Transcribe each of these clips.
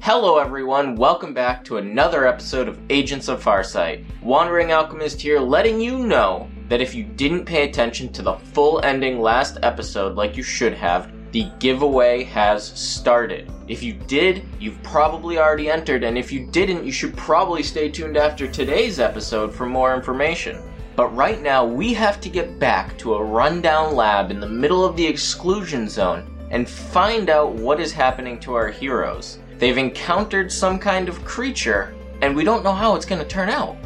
Hello, everyone. Welcome back to another episode of Agents of Farsight. Wandering Alchemist here, letting you know that if you didn't pay attention to the full ending last episode like you should have, the giveaway has started. If you did, you've probably already entered, and if you didn't, you should probably stay tuned after today's episode for more information. But right now, we have to get back to a rundown lab in the middle of the exclusion zone and find out what is happening to our heroes. They've encountered some kind of creature, and we don't know how it's going to turn out.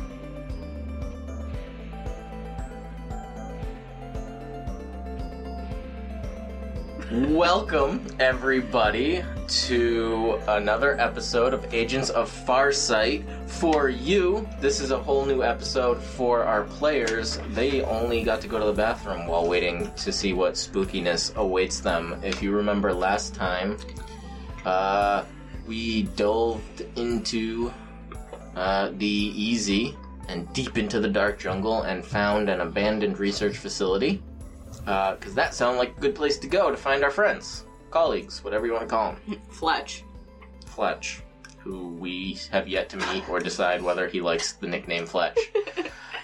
Welcome, everybody, to another episode of Agents of Farsight. For you, this is a whole new episode for our players. They only got to go to the bathroom while waiting to see what spookiness awaits them. If you remember last time, uh, we delved into uh, the easy and deep into the dark jungle and found an abandoned research facility because that sounded like a good place to go to find our friends, colleagues, whatever you want to call them. Fletch. Fletch, who we have yet to meet or decide whether he likes the nickname Fletch.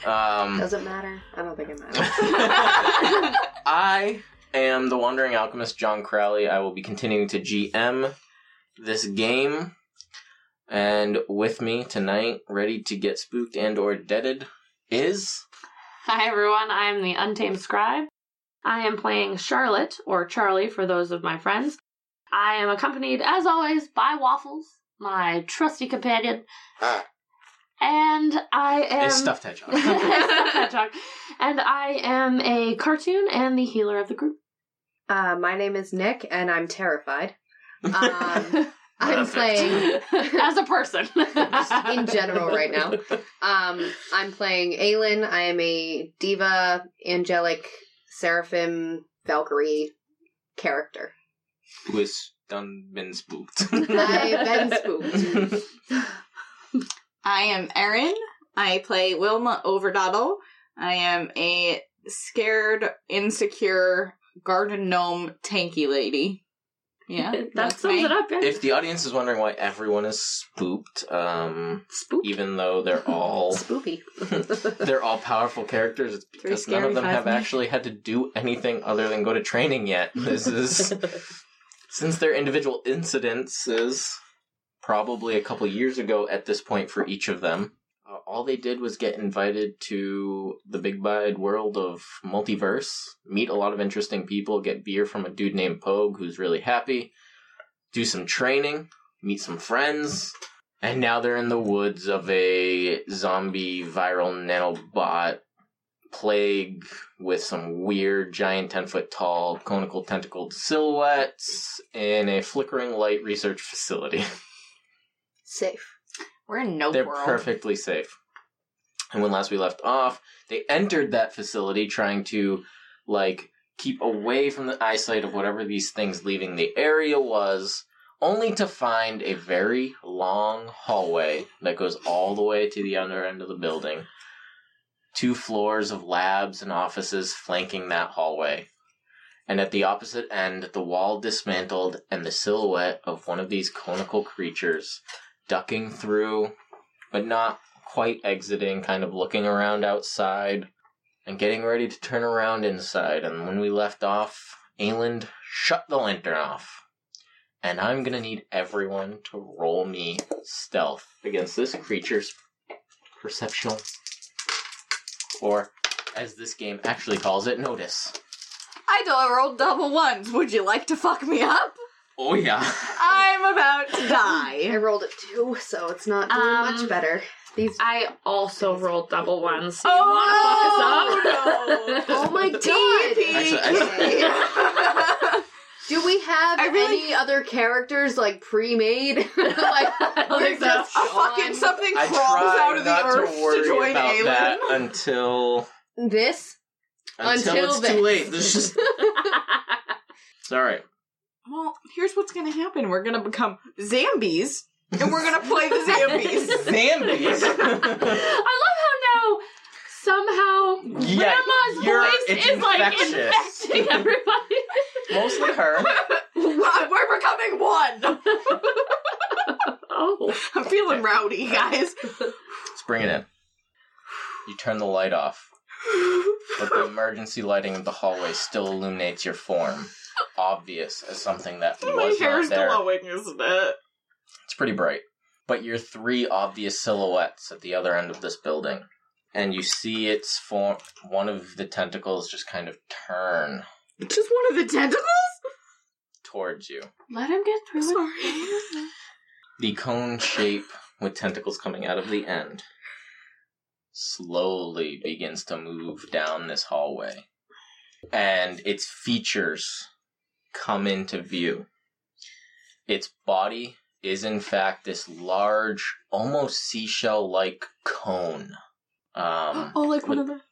Um, Does it matter? I don't think it matters. I am the Wandering Alchemist, John Crowley. I will be continuing to GM this game. And with me tonight, ready to get spooked and or deaded, is Hi everyone, I'm the Untamed Scribe. I am playing Charlotte, or Charlie for those of my friends. I am accompanied, as always, by Waffles, my trusty companion. And I am. is Stuffed Hedgehog. Stuffed hedgehog. And I am a cartoon and the healer of the group. Uh, my name is Nick, and I'm terrified. Um, I'm Perfect. playing, as a person. in general, right now. Um, I'm playing Aelin. I am a diva, angelic, seraphim, Valkyrie character. Who has done been spooked. I've been spooked. I am Erin. I play Wilma Overdoddle. I am a scared, insecure garden gnome tanky lady. Yeah, that sums me. it up, yeah. if the audience is wondering why everyone is spooked, um, Spook. even though they're all Spoopy. they're all powerful characters, it's Three because none scary, of them five have mean. actually had to do anything other than go to training yet. This is since their individual incidences, probably a couple years ago at this point for each of them. Uh, all they did was get invited to the big wide world of multiverse, meet a lot of interesting people, get beer from a dude named Pogue who's really happy, do some training, meet some friends, and now they're in the woods of a zombie viral nanobot plague with some weird giant 10 foot tall conical tentacled silhouettes in a flickering light research facility. Safe. We're in no They're world. perfectly safe. And when last we left off, they entered that facility trying to, like, keep away from the eyesight of whatever these things leaving the area was, only to find a very long hallway that goes all the way to the other end of the building. Two floors of labs and offices flanking that hallway. And at the opposite end, the wall dismantled and the silhouette of one of these conical creatures ducking through, but not quite exiting, kind of looking around outside and getting ready to turn around inside. And when we left off, Ayland shut the lantern off. And I'm gonna need everyone to roll me stealth against this creature's perceptual, or as this game actually calls it, notice. I don't roll double ones. Would you like to fuck me up? Oh yeah. I'm about to I die. rolled it too, so it's not doing Um, much better. These. I also rolled double ones. So you Oh, wanna fuck us up? no. Oh my god! Actually, I- Do we have I really- any other characters like pre-made? like, Like we're just a fucking Sean. something I crawls tried out of the not earth to, worry join about Aelin. that until this. until, Until it's then. too late. There's just it's all right. Well, here's what's gonna happen. We're gonna become zombies, and we're gonna play the zombies. Zambies. I love how now somehow Yeah, Grandma's you're- voice it's is like infectious. infecting everybody. Mostly her. We're becoming one. Oh. I'm feeling rowdy, guys. Let's bring it in. You turn the light off, but the emergency lighting of the hallway still illuminates your form, obvious as something that My was hair's not there. glowing, isn't it? It's pretty bright. But you're three obvious silhouettes at the other end of this building. And you see its form, one of the tentacles just kind of turn Just one of the tentacles? towards you. Let him get through it. Sorry. The cone shape with tentacles coming out of the end slowly begins to move down this hallway. And its features come into view. Its body is, in fact, this large, almost seashell like cone. Um, Oh, like one one of of the,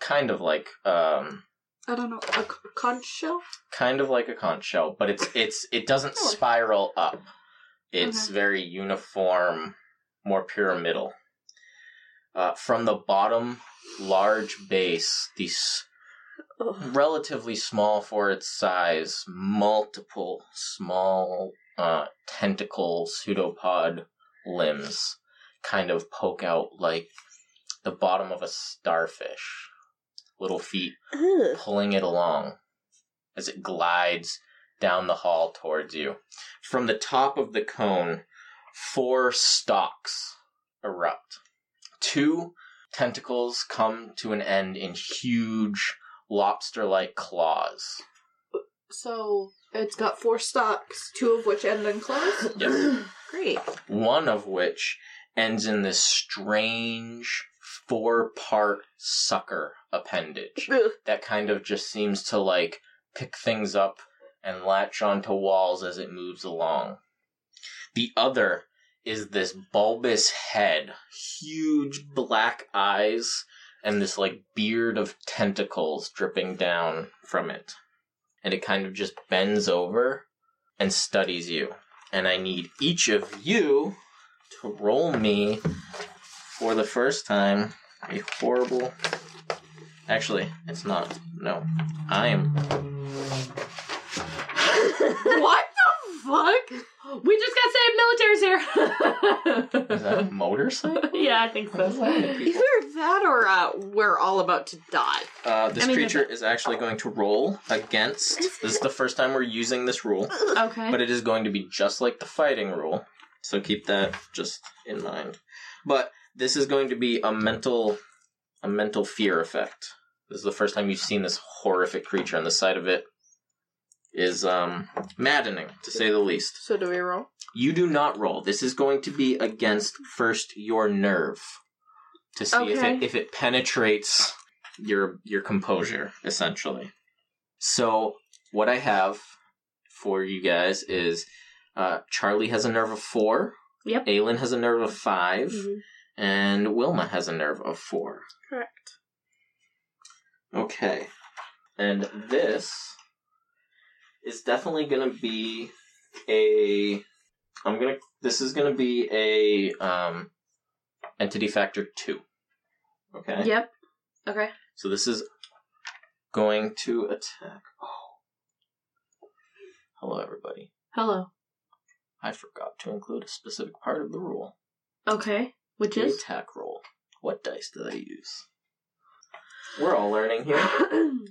kind of like um, I don't know, a conch shell? kind of like a conch shell, but it's it's it doesn't Oh. spiral up. It's very uniform, more pyramidal. Uh, from the bottom, large base, these relatively small for its size, multiple small uh, tentacle pseudopod limbs kind of poke out like the bottom of a starfish. Little feet pulling it along as it glides down the hall towards you. From the top of the cone, four stalks erupt. Two tentacles come to an end in huge lobster like claws. So it's got four stalks, two of which end in claws. Yes. Great. One of which ends in this strange four part sucker appendage. that kind of just seems to like pick things up and latch onto walls as it moves along. The other is this bulbous head, huge black eyes, and this like beard of tentacles dripping down from it. And it kind of just bends over and studies you. And I need each of you to roll me for the first time a horrible Actually, it's not. No. I am. what the fuck? We just got saved. Military's Is that a motorcycle? here. yeah, I think What is that? so. Either that or uh, we're all about to die. Uh, this I mean, creature is actually going to roll against. This is Mm-hmm. the first time we're using this rule, Okay. but it is going to be just like the fighting rule. So keep that just in mind. But this is going to be a mental, a mental fear effect. This is the first time you've seen this horrific creature, and the sight of it is um, maddening, to say the least. So do we roll? You do not roll. This is going to be against first your nerve to see if Okay. it if it penetrates your your composure essentially. So what I have for you guys is uh, Charlie has a nerve of four. Yep. Aylin has a nerve of 5 Mhm. and Wilma has a nerve of four. Correct. Okay. And this is definitely going to be a I'm going to this is going to be a um entity factor 2. Okay? Yep. Okay. So this is going to attack. Oh. Hello everybody. Hello. I forgot to include a specific part of the rule. Okay. Which The is attack roll. What dice do they use? We're all learning here.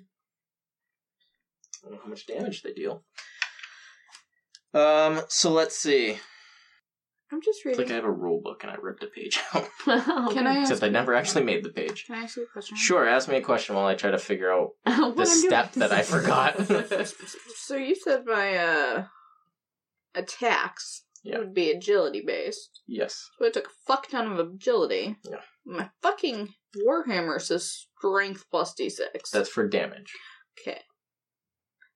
I don't know how much damage they deal. Um, so let's see. I'm just It's reading. like I have a rule book and I ripped a page out. Can I ask? Except I never actually made the page. Can I ask you a question? Sure, ask me a question while I try to figure out What the I'm doing. step that I forgot. So you said my uh attacks Yeah. would be agility based. yes. So I took a fuck ton of agility. Yeah. My fucking warhammer says strength plus d6. That's for damage. okay.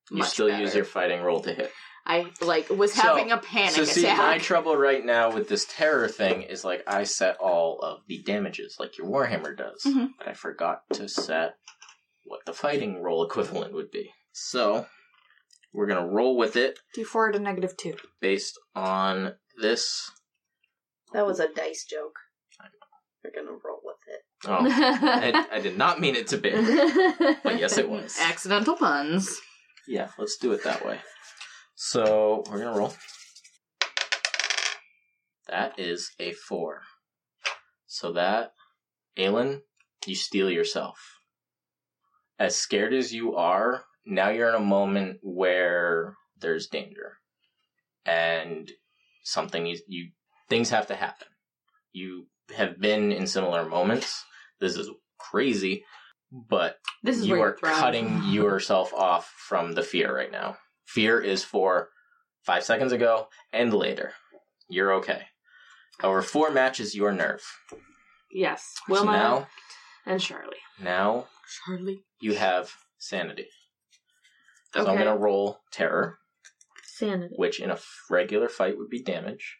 You Much still use better. your fighting roll to hit. I like was So- having a panic so see, my attack. trouble right now with this terror thing is like I set all of the damages like your warhammer does, Mm-hmm. Mhm. but I forgot to set what the fighting roll equivalent would be. So we're gonna roll with it D4 to negative two. based on this. That was a dice joke. We're gonna roll with it. Oh, I, I did not mean it to be, but yes, it was. Accidental puns. Yeah, let's do it that way. So we're gonna roll. That is a four. So that, Aelin, you steal yourself. As scared as you are, now you're in a moment where there's danger, and something you, you things have to happen. You have been in similar moments. This is crazy, but This is you where are you're thrown. cutting yourself off from the fear right now. Fear is for five seconds ago and later. You're okay. Over four matches, your nerve. Yes, so Wilma now, and Charlie. now Charlie. you have sanity. So Okay. I'm gonna roll terror, Sanity. which in a f- regular fight would be damage.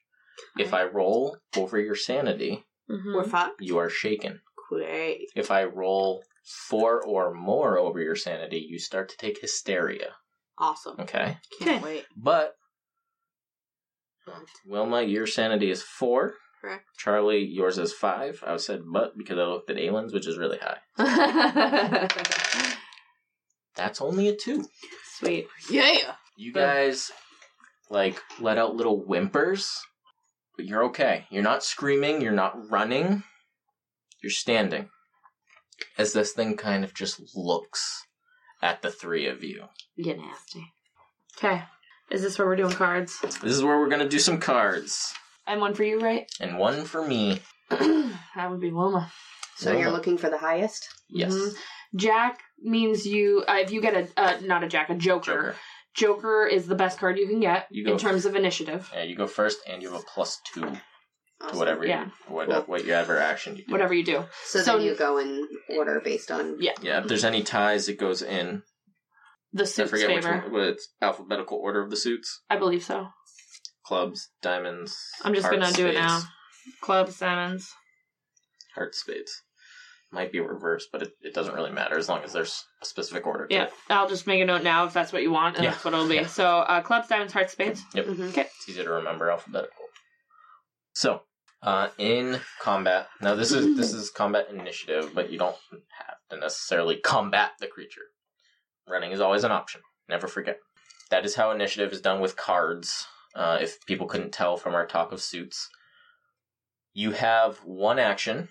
If I roll over your sanity, Mhm. We're fucked. you are shaken. Mm-hmm. Great. If I roll four or more over your sanity, you start to take hysteria. Awesome. Okay. Can't wait. But Wilma, your sanity is four. Correct. Charlie, yours is five. I said but because I looked at Aylin's, which is really high. That's only a two. Sweet. Yeah. You Yeah. guys like let out little whimpers, but you're okay. You're not screaming, you're not running. You're standing. As this thing kind of just looks at the three of you. Get nasty. Okay. Is this where we're doing cards? This is where we're gonna do some cards. And one for you, right? And one for me. that would be Wilma. So uh, you're looking for the highest? Yes. Mhm. Jack means you. Uh, if you get a uh, not a Jack, a Joker. Joker. Joker. is the best card you can get You go in terms of initiative. Yeah, you go first and you have a plus two. to Awesome. whatever you, Yeah. what, Cool. whatever action you do. Whatever you do. So, So- then you go in order based on. Yeah, if there's any ties, it goes in. The I suits forget which favor. one, what it's alphabetical order of the suits. I believe so. Clubs, diamonds. I'm just hearts, gonna do it spades. now. Club Simmons. Heart spades. Might be reversed, but it, it doesn't really matter as long as there's a specific order. to Yeah, it. I'll just make a note now if that's what you want, and Yeah. that's what it'll be. Yeah. Mm-hmm. So, uh, clubs, diamonds, hearts, spades. Mhm. It's easier to remember alphabetical. So, uh, in combat, now this is this is combat initiative, but you don't have to necessarily combat the creature. Running is always an option. Never forget. That is how initiative is done with cards. Uh, if people couldn't tell from our talk of suits, you have one action,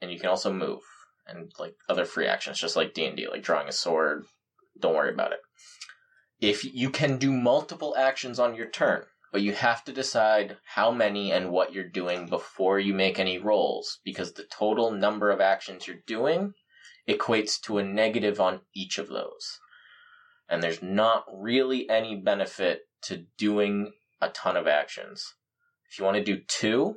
and you can also move and like other free actions, just like D and D, like drawing a sword. Don't worry about it. If you can do multiple actions on your turn, but you have to decide how many and what you're doing before you make any rolls because the total number of actions you're doing equates to a negative on each of those. And there's not really any benefit to doing a ton of actions. If you want to do two,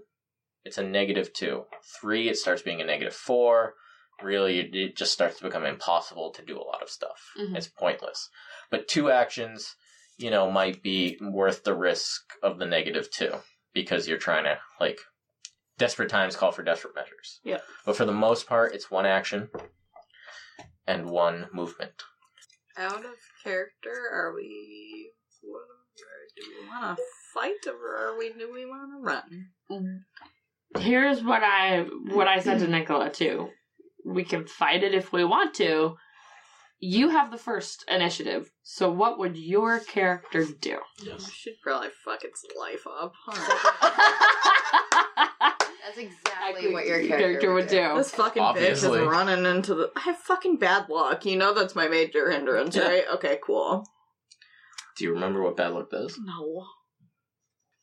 it's a negative two. Three, it starts being a negative four. Really, it- it just starts to become impossible to do a lot of stuff. Mhm. It's pointless. But two actions, you know, might be worth the risk of the negative two because you're trying to like desperate times call for desperate measures. Yeah. But for the most part, it's one action and one movement. Out of character, are we? What, do we want to fight, or are we? Do we want to run? Here's what I what I said to Nicola too. We can fight it if we want to. You have the first initiative, so what would your character do? We should probably fuck its life up. That's exactly what your character, would do. This fucking Obviously. bitch is running into the. I have fucking bad luck. You know that's my major hindrance, Yeah. right? Okay, cool. Do you remember what bad luck does? No.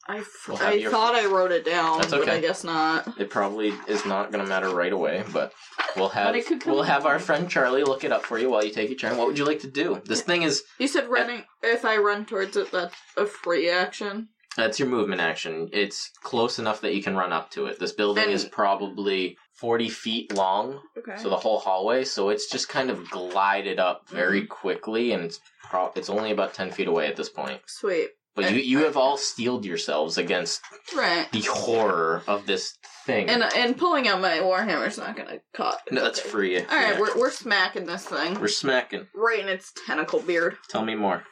I, f- We'll have I your- thought I wrote it down, That's but I okay. guess not. It probably is not going to matter right away, but we'll have But it could come we'll in have our handy. friend Charlie look it up for you while you take your turn. What would you like to do? This thing is You said running. If I run towards it, that's a free action. that's your movement action. It's close enough that you can run up to it. This building And- is probably forty feet long, Okay. so the whole hallway. So it's just kind of glided up very Mm-hmm. quickly, and it's pro- it's only about ten feet away at this point. Sweet. But you you have all steeled yourselves against Right. the horror of this thing. And and pulling out my warhammer's not gonna cut. no, that's Okay. free. All right, we're we're smacking this thing we're smacking. right in its tentacle beard. Tell me more.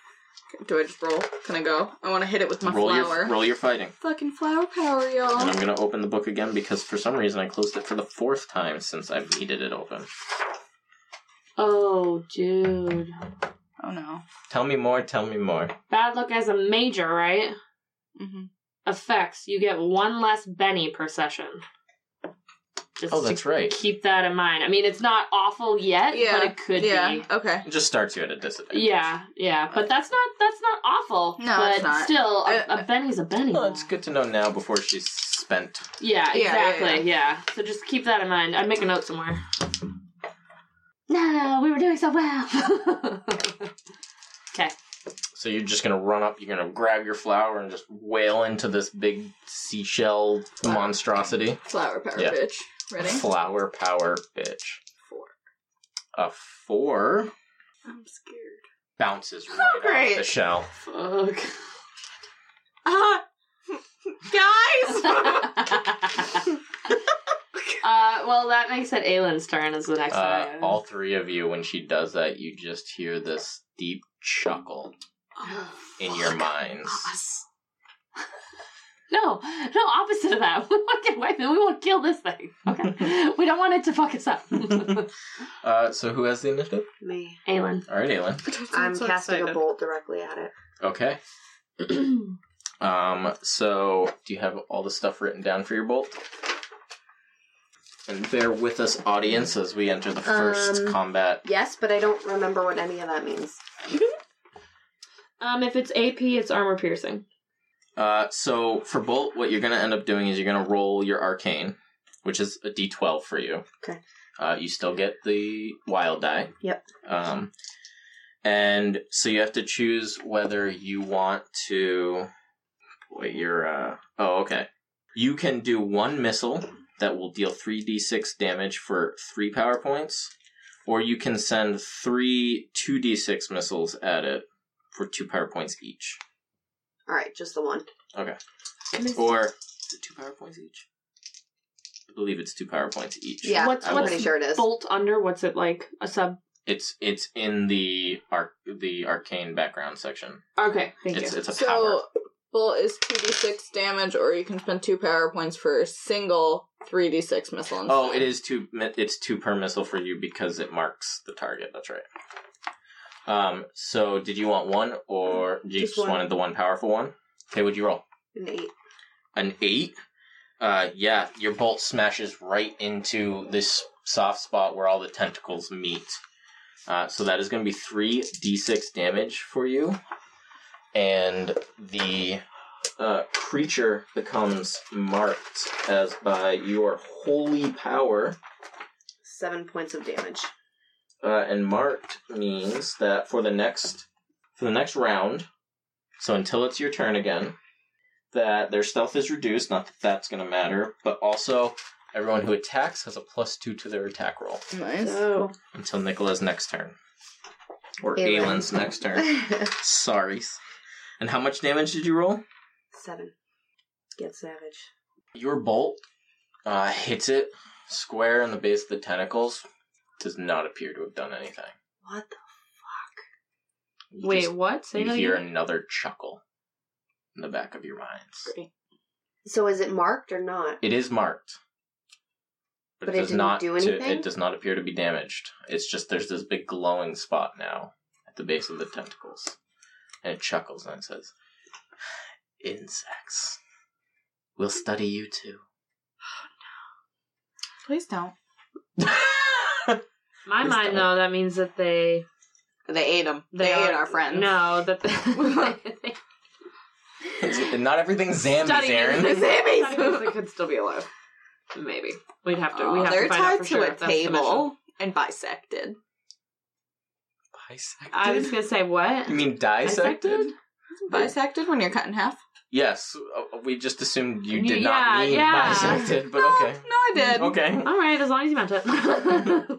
Do I just roll? Can I go? I want to hit it with my roll flower. your roll your fighting. Fucking flower power, And I'm y'all. gonna open the book again because for some reason I closed it for the fourth time since I've needed it open. Oh, dude. Oh no. Tell me more, tell me more. Bad luck as a major, right? Mm-hmm. effects, you get one less Benny per session. Just Oh, to that's right. keep that in mind. I mean, it's not awful yet, Yeah, but it could yeah. be. Okay. It just starts you at a disadvantage. Yeah, yeah, but that's not that's not awful. No, but it's not. still, a, Uh, a Benny's a Benny. Well, it's good to know now before she's spent. Yeah, Yeah, yeah, exactly. Yeah, yeah. So just keep that in mind. I'd make a note somewhere. No, we were doing so well. So you're just gonna run up. You're gonna grab your flower and just wail into this big seashell monstrosity. Flower power Yeah. bitch. Ready? Flower power, bitch. Four. A four I'm scared. bounces right Oh, great. off the shell. Fuck. Uh, guys! uh, well, that makes it Aylin's turn is the next Uh, one. all three of you, when she does that, you just hear this deep chuckle Oh, in your minds. No, no, opposite of that. We want to get away from it. We want to kill this thing. Okay. we don't want it to fuck us up. Uh, so who has the initiative? Me. Aylin. All right, Aylin. I'm casting a bolt directly at it. Okay. Um, so do you have all the stuff written down for your bolt? And bear with us, audience, as we enter the first Um, combat. Yes, but I don't remember what any of that means. um, if it's AP, it's armor piercing. Uh, so for bolt, what you're gonna end up doing is you're gonna roll your arcane, which is a d12 for you. Okay. Uh, you still get the wild die. Yep. Um, and so you have to choose whether you want to. Boy, you're. Uh, oh, okay. You can do one missile that will deal 3d6 damage for 3 power points, or you can send 3 2d6 missiles at it for 2 power points each. All right, just the one. Or is it two power points each? I believe it's two power points each. Yeah, What's- I'm what's pretty sure it is. Bolt under, what's it like? A sub. It's it's in the arc the arcane background section. Okay, thank It's you. it's a power. So, bolt is 2d6 damage, or you can spend two power points for a single 3d6 missile. Instead. Oh, it is two. mi- It's two per missile for you because it marks the target. That's right. Um. So, did you want one, or you Just just, one. wanted the one powerful one? Okay. Would you roll An eight. an eight? Uh. Yeah. Your bolt smashes right into this soft spot where all the tentacles meet. Uh. So that is going to be three d6 damage for you, and the uh, creature becomes marked as by your holy power. Seven points of damage. Uh, and marked means that for the next for the next round, so until it's your turn again, that their stealth is reduced. Not that that's going to matter, but also everyone who attacks has a plus two to their attack roll nice. Oh. until Nicola's next turn or Aelin. Aelin's next turn. Sorry. And how much damage did you roll? Seven. Get savage. Your bolt uh, hits it square in the base of the tentacles. Does not appear to have done anything. What the? You Wait, just- what? Say you that hear again? another chuckle in the back of your minds. So is it marked or not? It is marked, but, But it it does didn't not. do to- anything? it does not appear to be damaged. It's just there's this big glowing spot now at the base of the tentacles, and it chuckles and it says, "Insects, we'll study you too." Please don't. My Please mind, don't. though, that means that they. They ate them. They, They, are, ate our friends. No, that they. And not everything Zambies, Studying Aaron. is- Zambies. studying is they could still be alive. Maybe we'd have to. we Aw, have they're to find out tied for to a sure if that's the mission. table and bisected. Bisected? I was gonna say what? you mean dissected? Bisected? Bisected when you're cut in half? Yes, uh, we just assumed you You- did not yeah, mean yeah. bisected, but no, okay. Mm, No, I did. Okay. All right, as long as you meant it.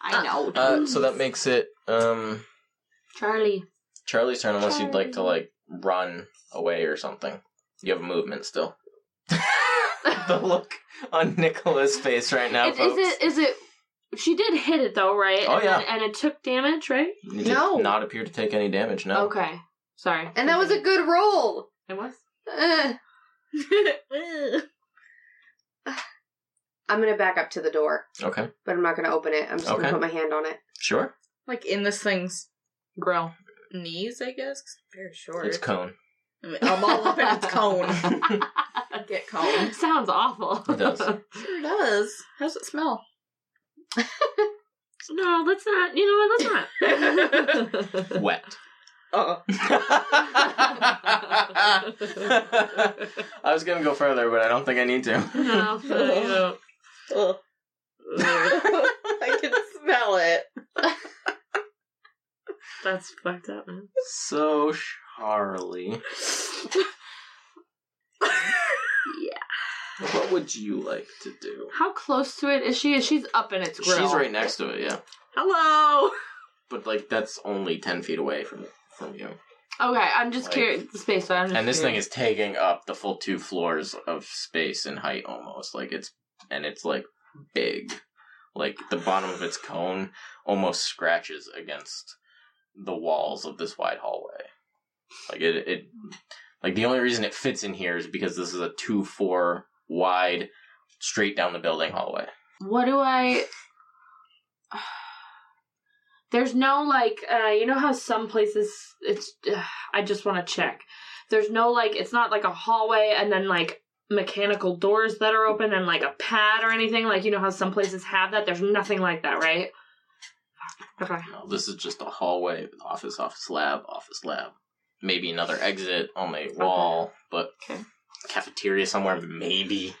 I know. Uh, so that makes it um, Charlie. Charlie's turn, unless you'd like to like run away or something. You have movement still. the look on Nicola's face right now, Is, is folks. it? Is it? She did hit it though, right? Oh, and, yeah. And it took damage, right? You did No. not appear to take any damage. No. Okay. Sorry. And that was a good roll. It was. Ugh. I'm gonna back up to the door, Okay. but I'm not gonna open it. I'm just Okay. gonna put my hand on it. Sure. like in this thing's Grill. knees, I guess. 'cause it's very short. It's cone. I'm all up in its cone. Get cone. Sounds awful. It does. Sure does. How does it smell? no, let's not. You know what? Let's not. Wet. Oh. I was gonna go further, but I don't think I need to. no, you know. uh. I can smell it. That's fucked up, man. So Charlie, Yeah. what would you like to do? How close to it is she? She's up in its grill. She's right next to it, yeah. Hello. But like that's only ten feet away from from you. Okay, I'm just Like- curious. The space, so I'm just And this thing curious. is taking up the full two floors of space and height almost. Like it's and it's like big. Like the bottom of its cone almost scratches against the walls of this wide hallway. Like it it like the only reason it fits in here is because this is a two four wide straight down the building hallway. What do I? There's no like, uh, you know how some places it's. Uh, I just want to check. There's no like, it's not like a hallway and then like mechanical doors that are open and like a pad or anything. Like you know how some places have that. There's nothing like that, right? Okay. No, this is just a hallway with office, office, lab, office, lab. Maybe another exit on the wall, but Okay. cafeteria somewhere, maybe.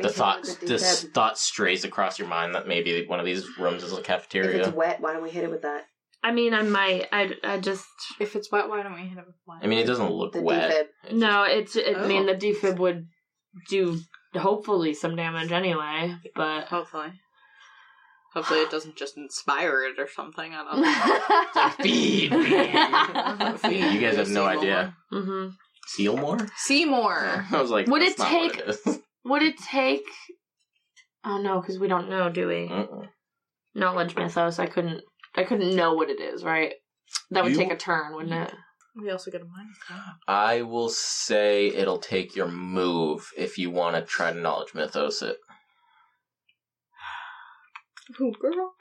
The thought this thought strays across your mind that maybe one of these rooms is a If it's cafeteria. wet, why don't we hit it with that? I mean, I might. I, I just If it's wet, why don't we hit it with wine? I mean, it doesn't look The wet. defib. It no. It's. It, I mean, Oh. the defib would do hopefully some damage anyway, but. Hopefully. Hopefully it doesn't just inspire it or something. I don't know. just- Mm-hmm. feed, Mhm. feed. you guys have no Seymour. idea. Seymour? Seymour. I was like, Would that's it not what take- it is. Would it take? Oh no, because we don't know, do we? Mm-mm. Knowledge mythos. I couldn't. I couldn't know what it is, right? That would You- take a turn, wouldn't it? We also get a minus one. I will say it'll take your move if you want to try to knowledge mythos it. Oh, girl.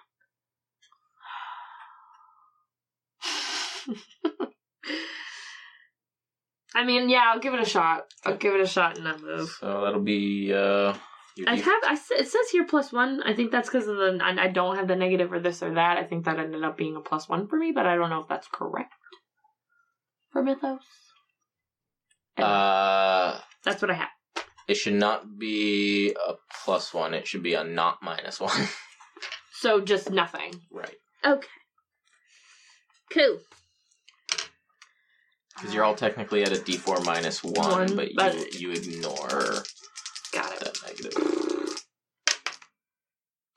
I mean, yeah, I'll give it a shot. I'll give it a shot and I'll move. So that'll be uh, your I def- have. I s it says here plus one. I think that's because of the. I, I don't have the negative or this or that. I think that ended up being a plus one for me, but I don't know if that's correct for mythos. Uh, That's what I have. it should not be a plus one. It should be a not minus one. So just nothing. right. Okay. Cool. Because you're all technically at a d4 minus one, One, but, you, but- you ignore Got it. that negative.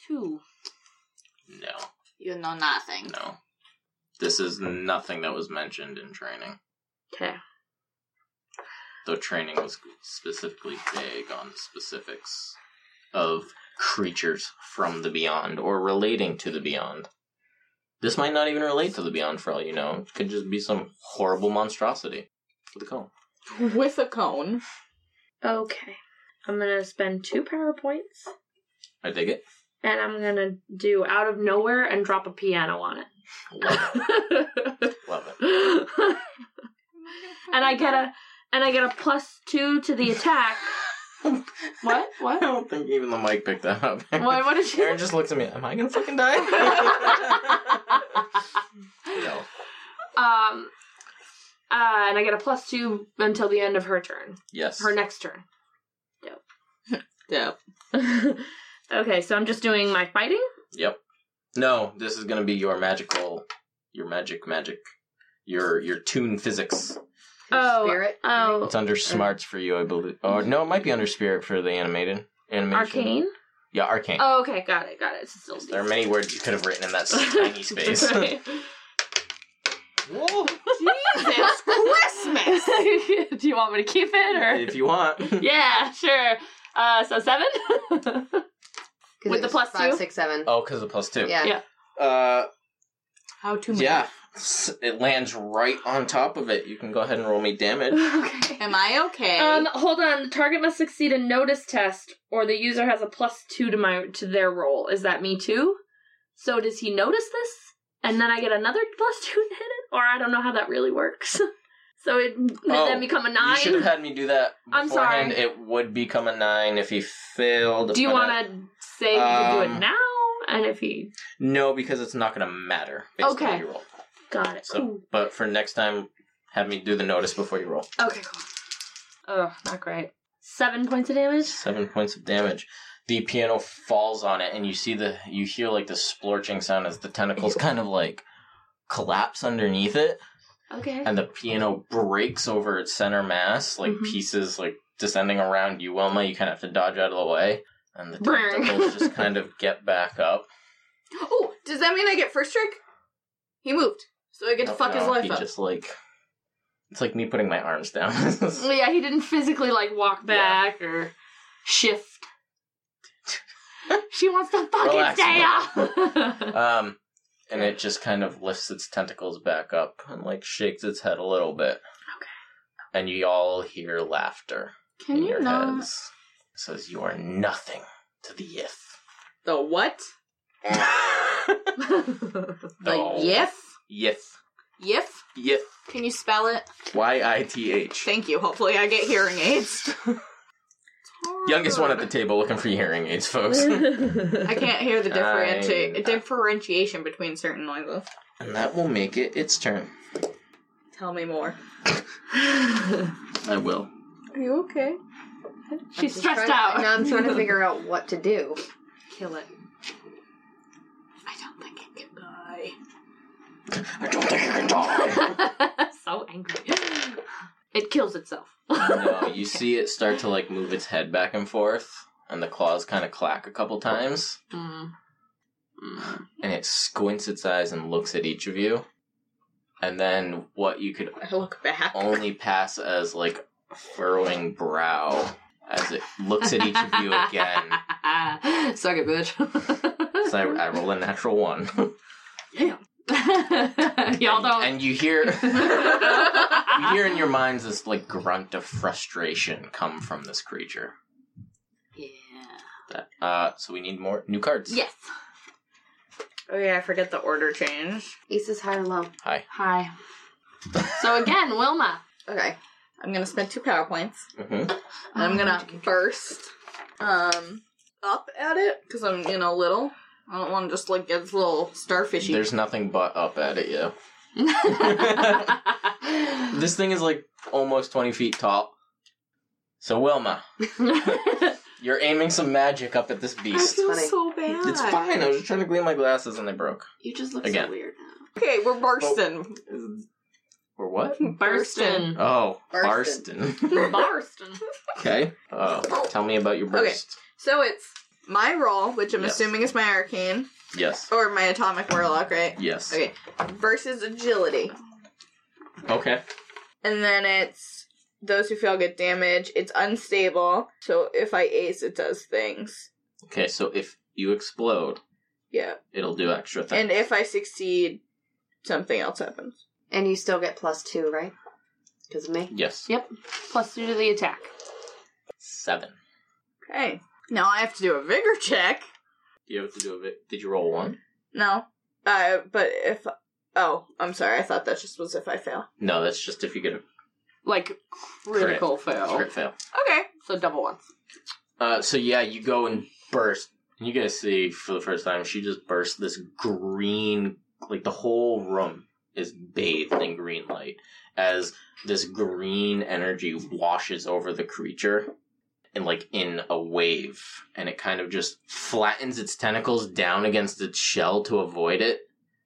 Two. No, You know nothing. no. This is nothing that was mentioned in training. Okay. Though training was specifically vague on the specifics of creatures from the beyond or relating to the beyond. This might not even relate to the beyond for all you know. It could just be some horrible monstrosity with a cone. With a cone. Okay. I'm gonna spend two power points, I dig it. and I'm gonna do out of nowhere and drop a piano on it. Love it. Love it. and I get a and I get a plus two to the attack. What? I What? don't think even the mic picked that up. What? What did she? Aaron just looked at me. Am I gonna fucking die? no. um. Uh, and I get a plus two until the end of her turn. Yes. Her next turn. Yeah. okay, so I'm just doing my fighting. Yep. No, this is gonna be your magical, your magic, magic, your your tune physics. Oh, Spirit. Oh, It's under smarts for you, I believe. Or no, it might be under spirit for the animated animation. arcane. Yeah, arcane. Oh, okay, got it, got it. It's still There are many words you could have written in that tiny space. Right. Whoa. Jesus Christmas! Do you want me to keep it or? If you want. Yeah, sure. Uh, so seven. 'Cause With it the was plus five, two? six, seven. Oh, because of plus two. Yeah. Yeah. Uh, How to make yeah. S- It lands right on top of it. You can go ahead and roll me damage. okay. Am I okay? Um, hold on. The target must succeed a notice test, or the user has a plus two to my to their roll. Is that me too? So does he notice this, and then I get another plus two to hit it, or I don't know how that really works. So it would Oh, then become a You should have nine. had me do that. I'm sorry. beforehand. It would become a nine if he failed. Do you but uh, I- want to say you could do it Um, now? And if he No, because it's not going to matter based on Okay. what you roll. got it, So, cool. but for next time, have me do the notice before you roll. Okay, cool. Oh, not great. Seven points of damage. Seven points of damage. The piano falls on it, and you see the you hear like the splorching sound as the tentacles kind of like collapse underneath it, Okay. and the piano breaks over its center mass, like Mm-hmm. Mhm. pieces like descending around you, Wilma. You kind of have to dodge out of the way, and the Brr. tentacles just kind of get back up. Oh, does that mean I get first trick? He moved, so I get to No, fuck his no, life he up. Just like it's like me putting my arms down. It's Well, yeah, he didn't physically like walk back or shift. she wants to fucking Relax, stay Mom. up. Um, and it just kind of lifts its tentacles back up and like shakes its head a little bit. Okay. And you all hear laughter Can in you your not? heads. It says you are nothing to the if. The what? The Oh. yiff? Yif. Yiff? Yif. Can you spell it? Y I T H. Thank you. Hopefully, I get hearing aids. Youngest one at the table looking for hearing aids, folks. and I can't hear the differenti- I- differentiation between certain noises. that will make it its turn. Tell me more. I will. Are you okay? She's Just stressed trying- out. Now I'm trying to figure out what to do. Kill it. I don't think it can die. I don't think you can die. so angry. It kills itself. no, you see it start to like move its head back and forth, and the claws kind of clack a couple times, Mm. Mm. and it squints its eyes and looks at each of you. And then what you could I look back. only pass as like a furrowing brow as it looks at each of you again. Suck it, bitch. So I, I roll a natural one. Y'all don't. And you hear you hear in your minds this like grunt of frustration come from this creature. yeah. That, uh, so we need more new cards. Yes. Oh yeah, I forget the order change. Ace is high or low. Hi. So again, Wilma. Okay. I'm gonna spend two power points. hmm And I'm gonna burst um up at it because I'm you know little. I don't want to just like get this little starfishy. There's nothing but up at it, yeah. This thing is like almost 20 feet tall. So, Wilma, you're aiming some magic up at this beast. funny. so bad. It's fine. I was just trying to clean my glasses and they broke. you just look Again. so weird Okay, we're bursting. Or what? now. Burstin. Oh, Barston. Barston. Barstin. okay. Oh, tell me about your burst. So it's my roll, which I'm Yes. assuming is my arcane Yes. or my atomic warlock, right? Yes. Okay, versus agility, Okay. and then it's those who fail get damage. It's unstable, so if I ace, it does things. Okay, so if you explode, Yeah, it'll do extra things. and if I succeed, something else happens. And you still get plus two, right? Because of me. yes. Yep. Plus two to the attack. Seven. Okay. Now I have to do a vigor check. Do you have to do a bit? Did you roll one? No. Uh, but if. Oh, I'm sorry. I thought that just was if I fail. No, that's just if you get a Like critical fail. crit fail. Okay. So double ones. Uh, so yeah, you go and burst. And you guys see for the first time, she just bursts this green, like the whole room is bathed in green light as this green energy washes over the creature and like in a wave and it kind of just flattens its tentacles down against its shell to avoid it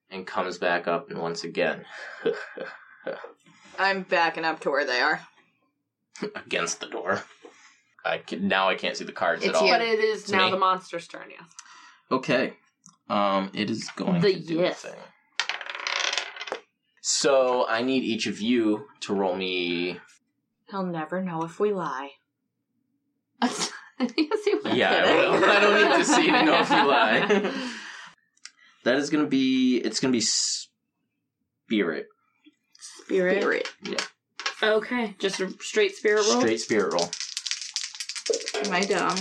and comes back up and once again I'm backing up to where they are. against the door I can, now i can't see the cards It's at all you. But it is It's now me. the monster's turn, yes. Okay. Um, it is going The to do a yes. thing. So I need each of you to roll me. He'll never know if we lie. yes, you will. Yeah, I will. I don't need to see to know if you lie. that is gonna be. It's gonna be spirit. Spirit. Yeah. Okay, just a straight spirit roll. Straight spirit roll, Am I dumb?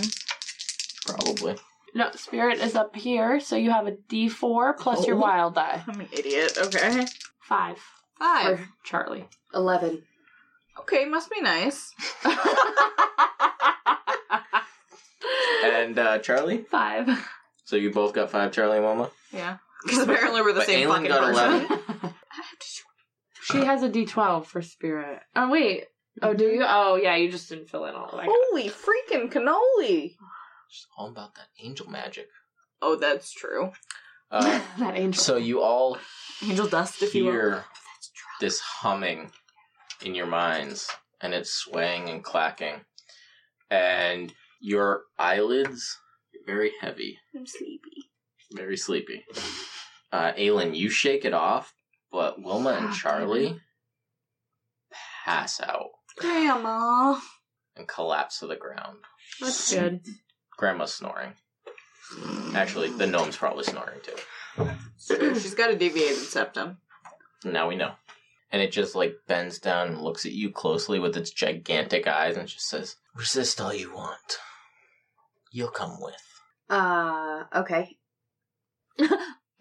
probably. No, spirit is up here, so you have a D4 plus your Oh. wild die. I'm an idiot. Okay. Five Five. for Charlie. Eleven. Okay, must be nice. And uh, Charlie? Five. So you both got five, Charlie and Mama? yeah. Because apparently we're the But same Aelin fucking got person. 11. She has a D12 for spirit. Oh, wait. Oh, do you? Oh, yeah, you just didn't fill in Oh all that. Holy freaking cannoli! It's all about that angel magic. Oh, that's true. Uh, that angel. so you all Angel dust, if you will. hear this humming in your minds, and it's swaying and clacking, and your eyelids are very heavy, I'm sleepy. very sleepy. Uh, Aelin, you shake it off, but Wilma and Charlie pass out Grandma. and collapse to the ground. That's good. Grandma's snoring. Actually, the gnome's probably snoring too. She's got a deviated septum. Now we know. And it just like bends down and looks at you closely with its gigantic eyes and just says, Resist all you want. You'll come with. Uh, okay.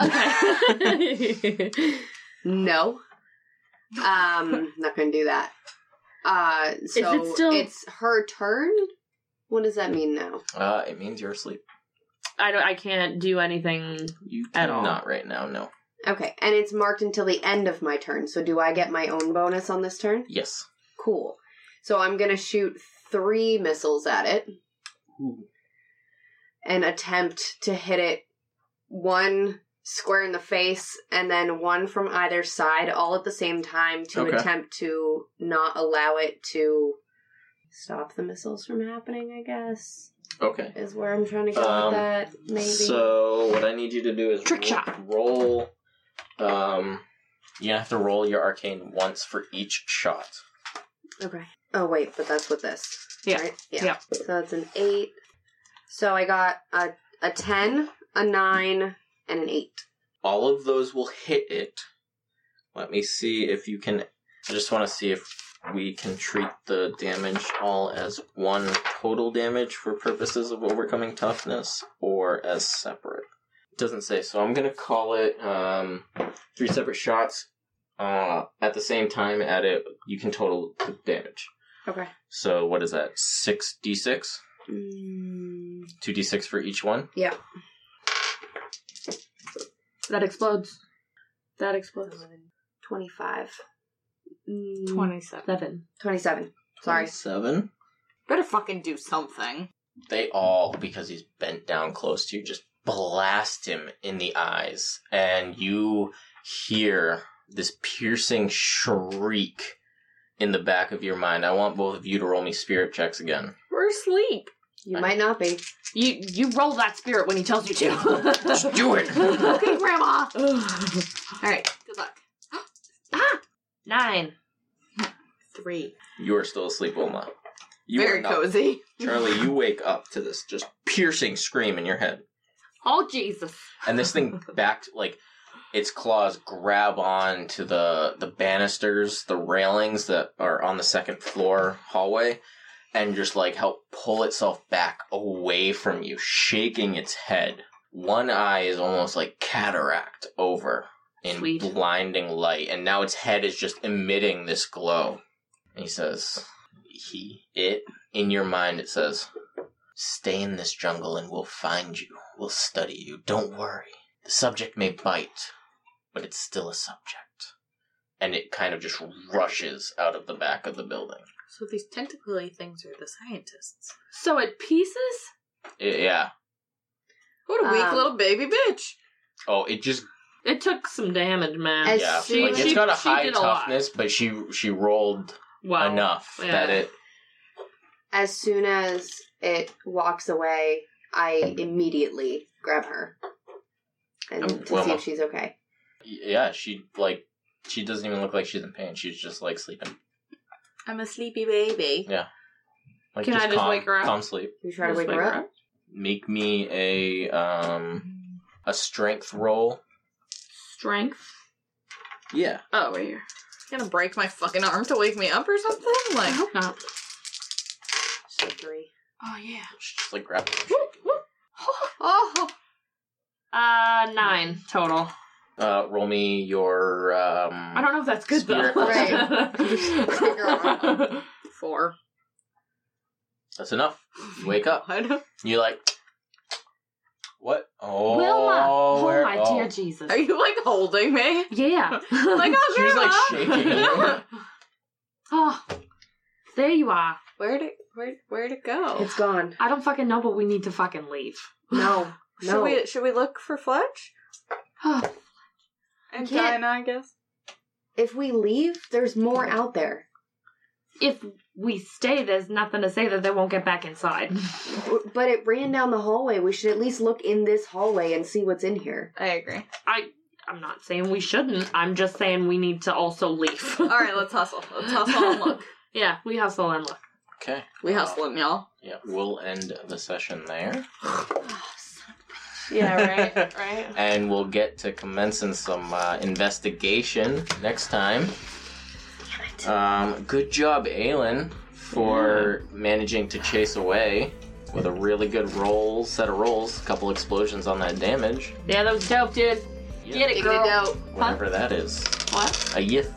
Okay. No. Um, not gonna do that. Uh, so it still- it's her turn? What does that mean now? Uh, it means you're asleep. I don't. I can't do anything. You At all. not right now, no. Okay, and it's marked until the end of my turn, so do I get my own bonus on this turn? Yes. Cool. So I'm gonna shoot three missiles at it Hmm. and attempt to hit it one square in the face and then one from either side all at the same time to Okay. attempt to not allow it to stop the missiles from happening, I guess. Okay. Is where I'm trying to go Um, with that, maybe. So what I need you to do is Trick ro- shot. roll um you have to roll your arcane once for each shot. Okay. Oh wait, but that's with this. Yeah. Right? Yeah. So that's an eight. So I got a a ten, a nine, and an eight. All of those will hit it. Let me see if you can. I just want to see if we can treat the damage all as one total damage for purposes of overcoming toughness or as separate. doesn't say, so I'm going to call it um, three separate shots uh, at the same time at it. You can total the damage. Okay. So what is that? 6d6? Mm, 2d6 for each one? yeah. That explodes. That explodes. Twenty-five. Mm, 27. Seven. Twenty-seven. Sorry. 7? Better fucking do something. they all, because he's bent down close to you, just blast him in the eyes. And you hear this piercing shriek in the back of your mind. I want both of you to roll me spirit checks again. We're asleep. You might not be. You you roll that spirit when he tells you to. Just do it! Okay, Grandma. Alright, good luck. ah, nine. Three. You are still asleep, Wilma. You are Very not. cozy. Charlie, you wake up to this just piercing scream in your head. Oh Jesus. and this thing backed like its claws grab on to the the banisters, the railings that are on the second floor hallway, and just like help pull itself back away from you, shaking its head. One eye is almost like cataract over in Sweet. blinding light, and now its head is just emitting this glow. And he says, "He, it." In your mind, it says, Stay in this jungle and we'll find you. We'll study you. Don't worry. The subject may bite, but it's still a subject. And it kind of just rushes out of the back of the building. So these tentacly things are the scientists. So it pieces. I- yeah. What a weak Um, little baby bitch. Oh, it just It took some damage, man. As- yeah. she- like it's she- got a she high did a lot. toughness, but she she rolled Wow. enough yeah. that it As soon as it walks away, I immediately grab her and Um, to see Wilma. if she's okay. yeah she like she doesn't even look like she's in pain. She's just like sleeping. I'm a sleepy baby. Like Can I just calm, wake her up? Calm sleep. You try to Just wake her up. Make me a um a strength roll. Strength. Yeah. Oh, right here. gonna break my fucking arm to wake me up or something? I Like, hope not. Just a three. oh yeah. She just like grabs Uh, nine total. Uh, roll me your. Um, I don't know if that's good though. Spirit. Right. Four. That's enough. You wake up. You're like, what? Oh, Wilma, oh where- my oh. dear Jesus. Are you like holding me? Yeah. I'm like, oh, She's like grandma. shaking. you. oh, there you are. where'd it where where'd it go? It's gone. I don't fucking know, but we need to fucking leave. No. Should No. we should we look for Fletch Oh, and Can't- Dinah? I guess. If we leave, there's more out there. if we stay, there's nothing to say that they won't get back inside. W- But it ran down the hallway. We should at least look in this hallway and see what's in here. I agree. I I'm not saying we shouldn't. I'm just saying we need to also leave. All right, let's hustle. Let's hustle and look. Yeah, we hustle and look. Oh, Okay. We hustling, y'all. Yeah, we'll end the session there. Yeah, right, right. And we'll get to commencing some uh, investigation next time. Um, good job, Aelin, for managing to chase away with a really good roll, set of rolls, couple explosions on that damage. Yeah, that was dope, dude. Get it, Dig girl. out. Whatever that is. What? A yith.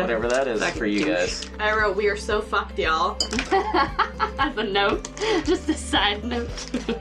Whatever that is Fucking for you douche. guys. I wrote, "We are so fucked, y'all." As a note, just a side note.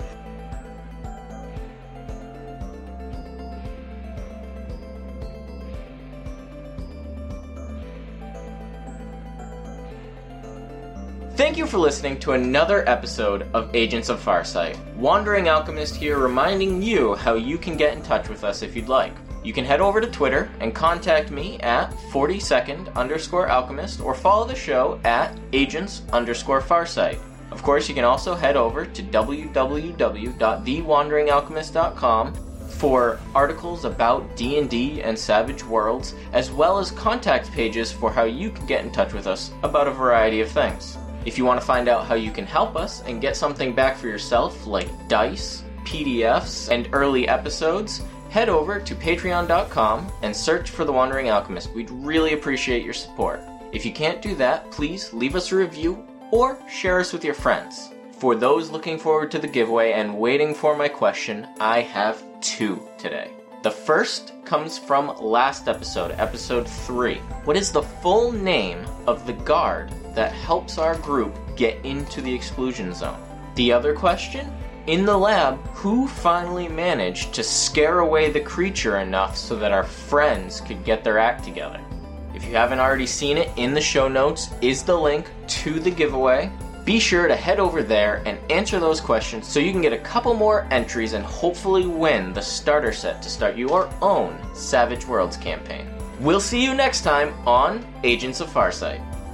Thank you for listening to another episode of Agents of Farsight. Wandering Alchemist here reminding you how you can get in touch with us if you'd like. You can head over to Twitter and contact me at 42nd underscore alchemist or follow the show at agents underscore farsight. Of course, you can also head over to www.thewanderingalchemist.com for articles about D&D and Savage Worlds, as well as contact pages for how you can get in touch with us about a variety of things. If you want to find out how you can help us and get something back for yourself, like dice, PDFs, and early episodes, head over to patreon.com and search for The Wandering Alchemist. We'd really appreciate your support. If you can't do that, please leave us a review or share us with your friends. For those looking forward to the giveaway and waiting for my question, I have two today. The first comes from last episode, episode 3. What is the full name of the guard that helps our group get into the exclusion zone? The other question? In the lab, who finally managed to scare away the creature enough so that our friends could get their act together? If you haven't already seen it, in the show notes is the link to the giveaway. Be sure to head over there and answer those questions so you can get a couple more entries and hopefully win the starter set to start your own Savage Worlds campaign. We'll see you next time on Agents of Farsight.